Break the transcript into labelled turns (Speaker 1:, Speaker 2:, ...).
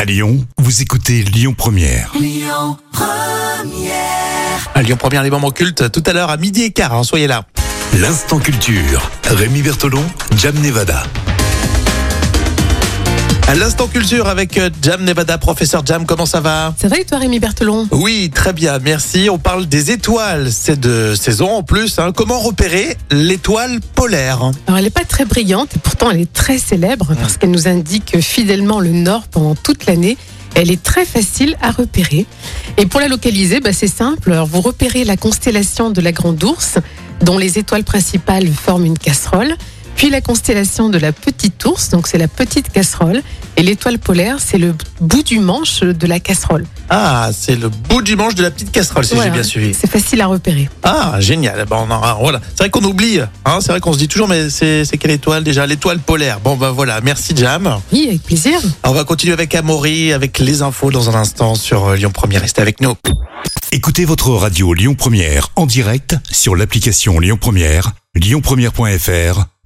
Speaker 1: À Lyon, vous écoutez Lyon Première.
Speaker 2: À Lyon Première, les moments cultes, tout à l'heure à midi et quart, hein, soyez là.
Speaker 1: L'instant culture. Rémi Bertolon, Jam Nevada.
Speaker 2: À l'instant culture avec euh, Jam Nevada, professeur Jam, comment ça va
Speaker 3: Ça va et toi Rémi Berthelon
Speaker 2: Oui, très bien, merci. On parle des étoiles, c'est de saison en plus. hein. Comment repérer l'étoile polaire
Speaker 3: Alors elle n'est pas très brillante et pourtant elle est très célèbre parce qu'elle nous indique fidèlement le nord pendant toute l'année. Elle est très facile à repérer. Et pour la localiser, bah, c'est simple. Alors, vous repérez la constellation de la Grande Ourse, dont les étoiles principales forment une casserole. Puis la constellation de la Petite Ourse, donc c'est la petite casserole. Et l'étoile polaire, c'est le bout du manche de la casserole.
Speaker 2: Ah, c'est le bout du manche de la petite casserole, si
Speaker 3: Voilà.
Speaker 2: j'ai bien suivi.
Speaker 3: C'est facile à repérer.
Speaker 2: Ah, génial. Bon, non, ah, voilà. C'est vrai qu'on oublie, hein, c'est vrai qu'on se dit toujours, mais c'est c'est quelle étoile déjà L'étoile polaire. Bon, ben voilà, merci Jam.
Speaker 3: Oui, avec plaisir.
Speaker 2: On va continuer avec Amaury, avec les infos dans un instant sur euh, Lyon Première. Restez avec nous.
Speaker 1: Écoutez votre radio Lyon Première en direct sur l'application Lyon Première, lyonpremière.fr